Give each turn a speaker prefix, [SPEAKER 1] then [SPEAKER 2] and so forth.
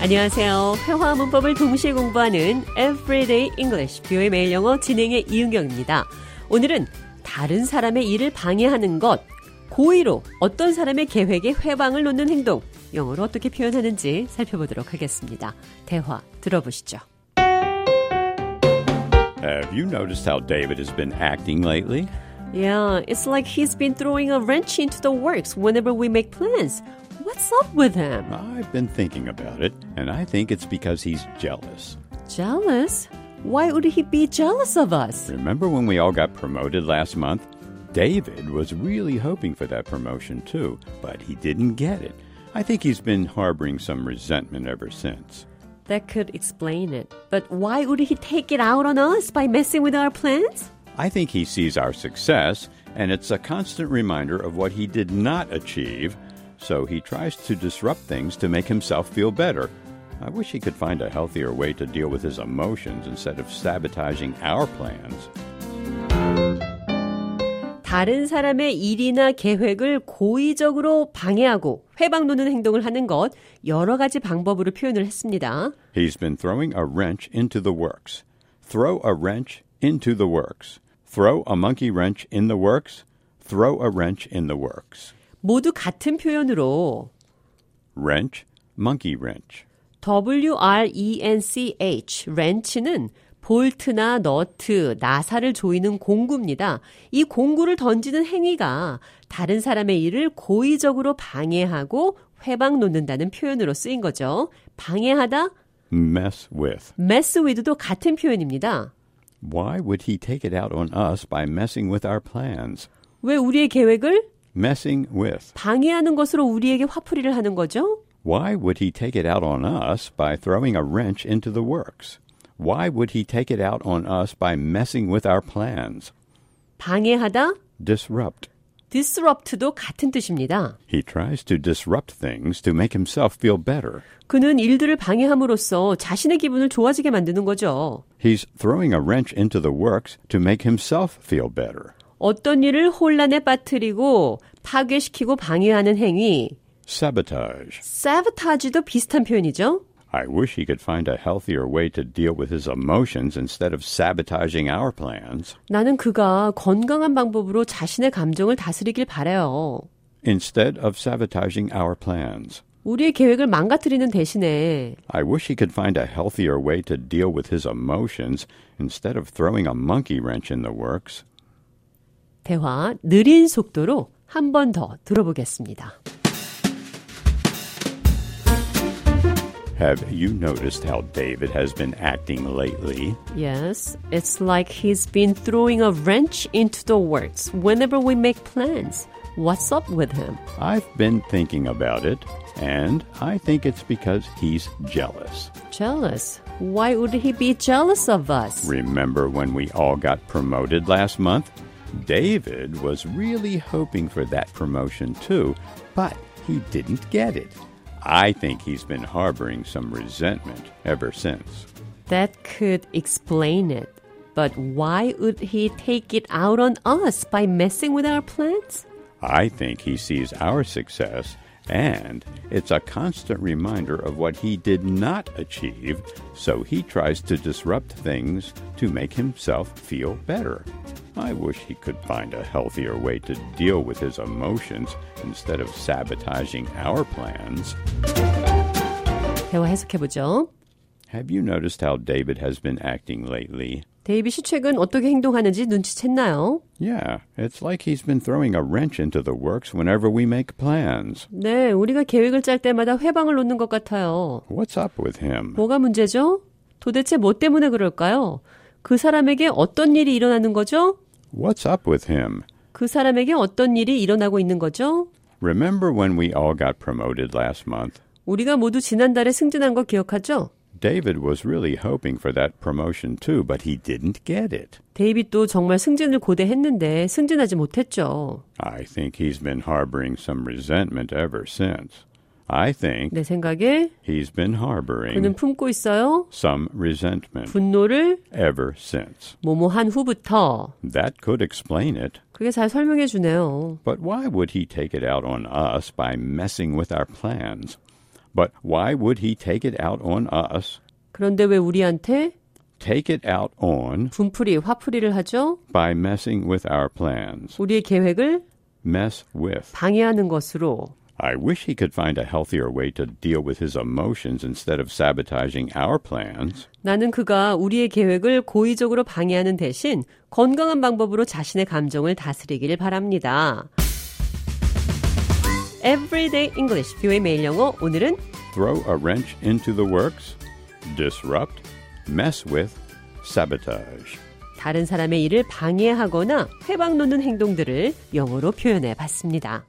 [SPEAKER 1] 안녕하세요. 회화 문법을 동시에 공부하는 Everyday English 뷰의 매일 영어 진행의 이은경입니다. 오늘은 다른 사람의 일을 방해하는 것, 고의로 어떤 사람의 계획에 회방을 놓는 행동, 영어로 어떻게 표현하는지 살펴보도록 하겠습니다. 대화 들어보시죠.
[SPEAKER 2] Have you noticed how David has been acting lately?
[SPEAKER 1] Yeah, it's like he's been throwing a wrench into the works whenever we make plans. What's up with him?
[SPEAKER 2] I've been thinking about it, and I think it's because he's jealous.
[SPEAKER 1] Jealous? Why would he be jealous of us?
[SPEAKER 2] Remember when we all got promoted last month? David was really hoping for that promotion too, but he didn't get it. I think he's been harboring some resentment ever since.
[SPEAKER 1] That could explain it. But why would he take it out on us by messing with our plans?
[SPEAKER 2] I think he sees our success, and it's a constant reminder of what he did not achieve, so he tries to disrupt things to make himself feel better. I wish he could find a healthier way to deal with his emotions instead of sabotaging our plans.
[SPEAKER 1] 다른 사람의 일이나 계획을 고의적으로 방해하고 회방 놓는 행동을 하는 것 여러 가지 방법으로 표현을 했습니다.
[SPEAKER 2] He's been throwing a wrench into the works. Throw a wrench into the works. Throw a monkey wrench in the works. Throw a wrench in the works.
[SPEAKER 1] 모두 같은 표현으로
[SPEAKER 2] Wrench, monkey wrench.
[SPEAKER 1] E WRENCH, 렌치는 볼트나 너트, 나사를 조이는 공구입니다. 이 공구를 던지는 행위가 다른 사람의 일을 고의적으로 방해하고 회방 놓는다는 표현으로 쓰인 거죠. 방해하다,
[SPEAKER 2] Mess with.
[SPEAKER 1] mess with도 같은 표현입니다.
[SPEAKER 2] Why would he take it out on us by messing with our plans?
[SPEAKER 1] 왜 우리의 계획을
[SPEAKER 2] Messing with.
[SPEAKER 1] 방해하는 것으로 우리에게 화풀이를 하는 거죠?
[SPEAKER 2] Why would he take it out on us by throwing a wrench into the works? Why would he take it out on us by messing with our plans?
[SPEAKER 1] 방해하다,
[SPEAKER 2] Disrupt.
[SPEAKER 1] disrupt도 같은 뜻입니다.
[SPEAKER 2] He tries to disrupt things to make himself feel better.
[SPEAKER 1] 그는 일들을 방해함으로써 자신의 기분을 좋아지게 만드는 거죠.
[SPEAKER 2] He's throwing a wrench into the works to make himself feel better.
[SPEAKER 1] 어떤 일을 혼란에 빠뜨리고 파괴시키고 방해하는 행위,
[SPEAKER 2] Sabotage.
[SPEAKER 1] sabotage도 비슷한 표현이죠.
[SPEAKER 2] I wish he could find a healthier way to deal with his emotions instead of sabotaging our plans.
[SPEAKER 1] 나는 그가 건강한 방법으로 자신의 감정을 다스리길 바라요.
[SPEAKER 2] Instead of sabotaging our plans.
[SPEAKER 1] 우리의 계획을 망가뜨리는 대신에
[SPEAKER 2] I wish he could find a healthier way to deal with his emotions instead of throwing a monkey wrench in the works.
[SPEAKER 1] 대화 느린 속도로 한 번 더 들어보겠습니다.
[SPEAKER 2] Have you noticed how David has been acting lately?
[SPEAKER 1] Yes, it's like he's been throwing a wrench into the works whenever we make plans. What's up with him?
[SPEAKER 2] I've been thinking about it, and I think it's because he's jealous.
[SPEAKER 1] Jealous. Why would he be jealous of us?
[SPEAKER 2] Remember when we all got promoted last month? David was really hoping for that promotion too, but he didn't get it. I think he's been harboring some resentment ever since.
[SPEAKER 1] That could explain it. But why would he take it out on us by messing with our plans?
[SPEAKER 2] I think he sees our success, and it's a constant reminder of what he did not achieve, so he tries to disrupt things to make himself feel better. I wish he could find a healthier way to deal with his emotions instead of sabotaging our plans.
[SPEAKER 1] 대화 해석해보죠.
[SPEAKER 2] Have you noticed how David has been acting lately?
[SPEAKER 1] 데이빗이 최근 어떻게 행동하는지 눈치챘나요?
[SPEAKER 2] Yeah, it's like he's been throwing a wrench into the works whenever we make plans.
[SPEAKER 1] 네, 우리가 계획을 짤 때마다 회방을 놓는 것 같아요.
[SPEAKER 2] What's up with him?
[SPEAKER 1] 뭐가 문제죠? 도대체 뭐 때문에 그럴까요? 그 사람에게 어떤 일이 일어나는 거죠?
[SPEAKER 2] What's up with him?
[SPEAKER 1] 그 사람에게 어떤 일이 일어나고 있는 거죠?
[SPEAKER 2] Remember when we all got promoted last month?
[SPEAKER 1] 우리가 모두 지난달에 승진한 거 기억하죠?
[SPEAKER 2] David was really hoping for that promotion too, but he didn't get it.
[SPEAKER 1] 데이빗도 정말 승진을 고대했는데 승진하지 못했죠.
[SPEAKER 2] I think he's been harboring some resentment ever since. I think
[SPEAKER 1] 내 생각에
[SPEAKER 2] he's been
[SPEAKER 1] 그는
[SPEAKER 2] harboring
[SPEAKER 1] 품고 있어요.
[SPEAKER 2] some resentment
[SPEAKER 1] 분노를
[SPEAKER 2] ever since.
[SPEAKER 1] 뭐뭐 한 후부터
[SPEAKER 2] That could explain it,
[SPEAKER 1] 그게 잘 설명해 주네요.
[SPEAKER 2] but why would he take it out on us by messing with our plans? But why would he take it out on us?
[SPEAKER 1] 그런데 왜 우리한테
[SPEAKER 2] Take it out on
[SPEAKER 1] 분풀이, 화풀이를 하죠?
[SPEAKER 2] by messing with our plans.
[SPEAKER 1] 우리의 계획을
[SPEAKER 2] Mess with.
[SPEAKER 1] 방해하는 것으로.
[SPEAKER 2] I wish he could find a healthier way to deal with his emotions instead of sabotaging our plans.
[SPEAKER 1] 나는 그가 우리의 계획을 고의적으로 방해하는 대신 건강한 방법으로 자신의 감정을 다스리길 바랍니다. Everyday English, 뷰의 매일 영어. 오늘은
[SPEAKER 2] Throw a wrench into the works, disrupt, mess with, sabotage.
[SPEAKER 1] 다른 사람의 일을 방해하거나 회방 놓는 행동들을 영어로 표현해 봤습니다.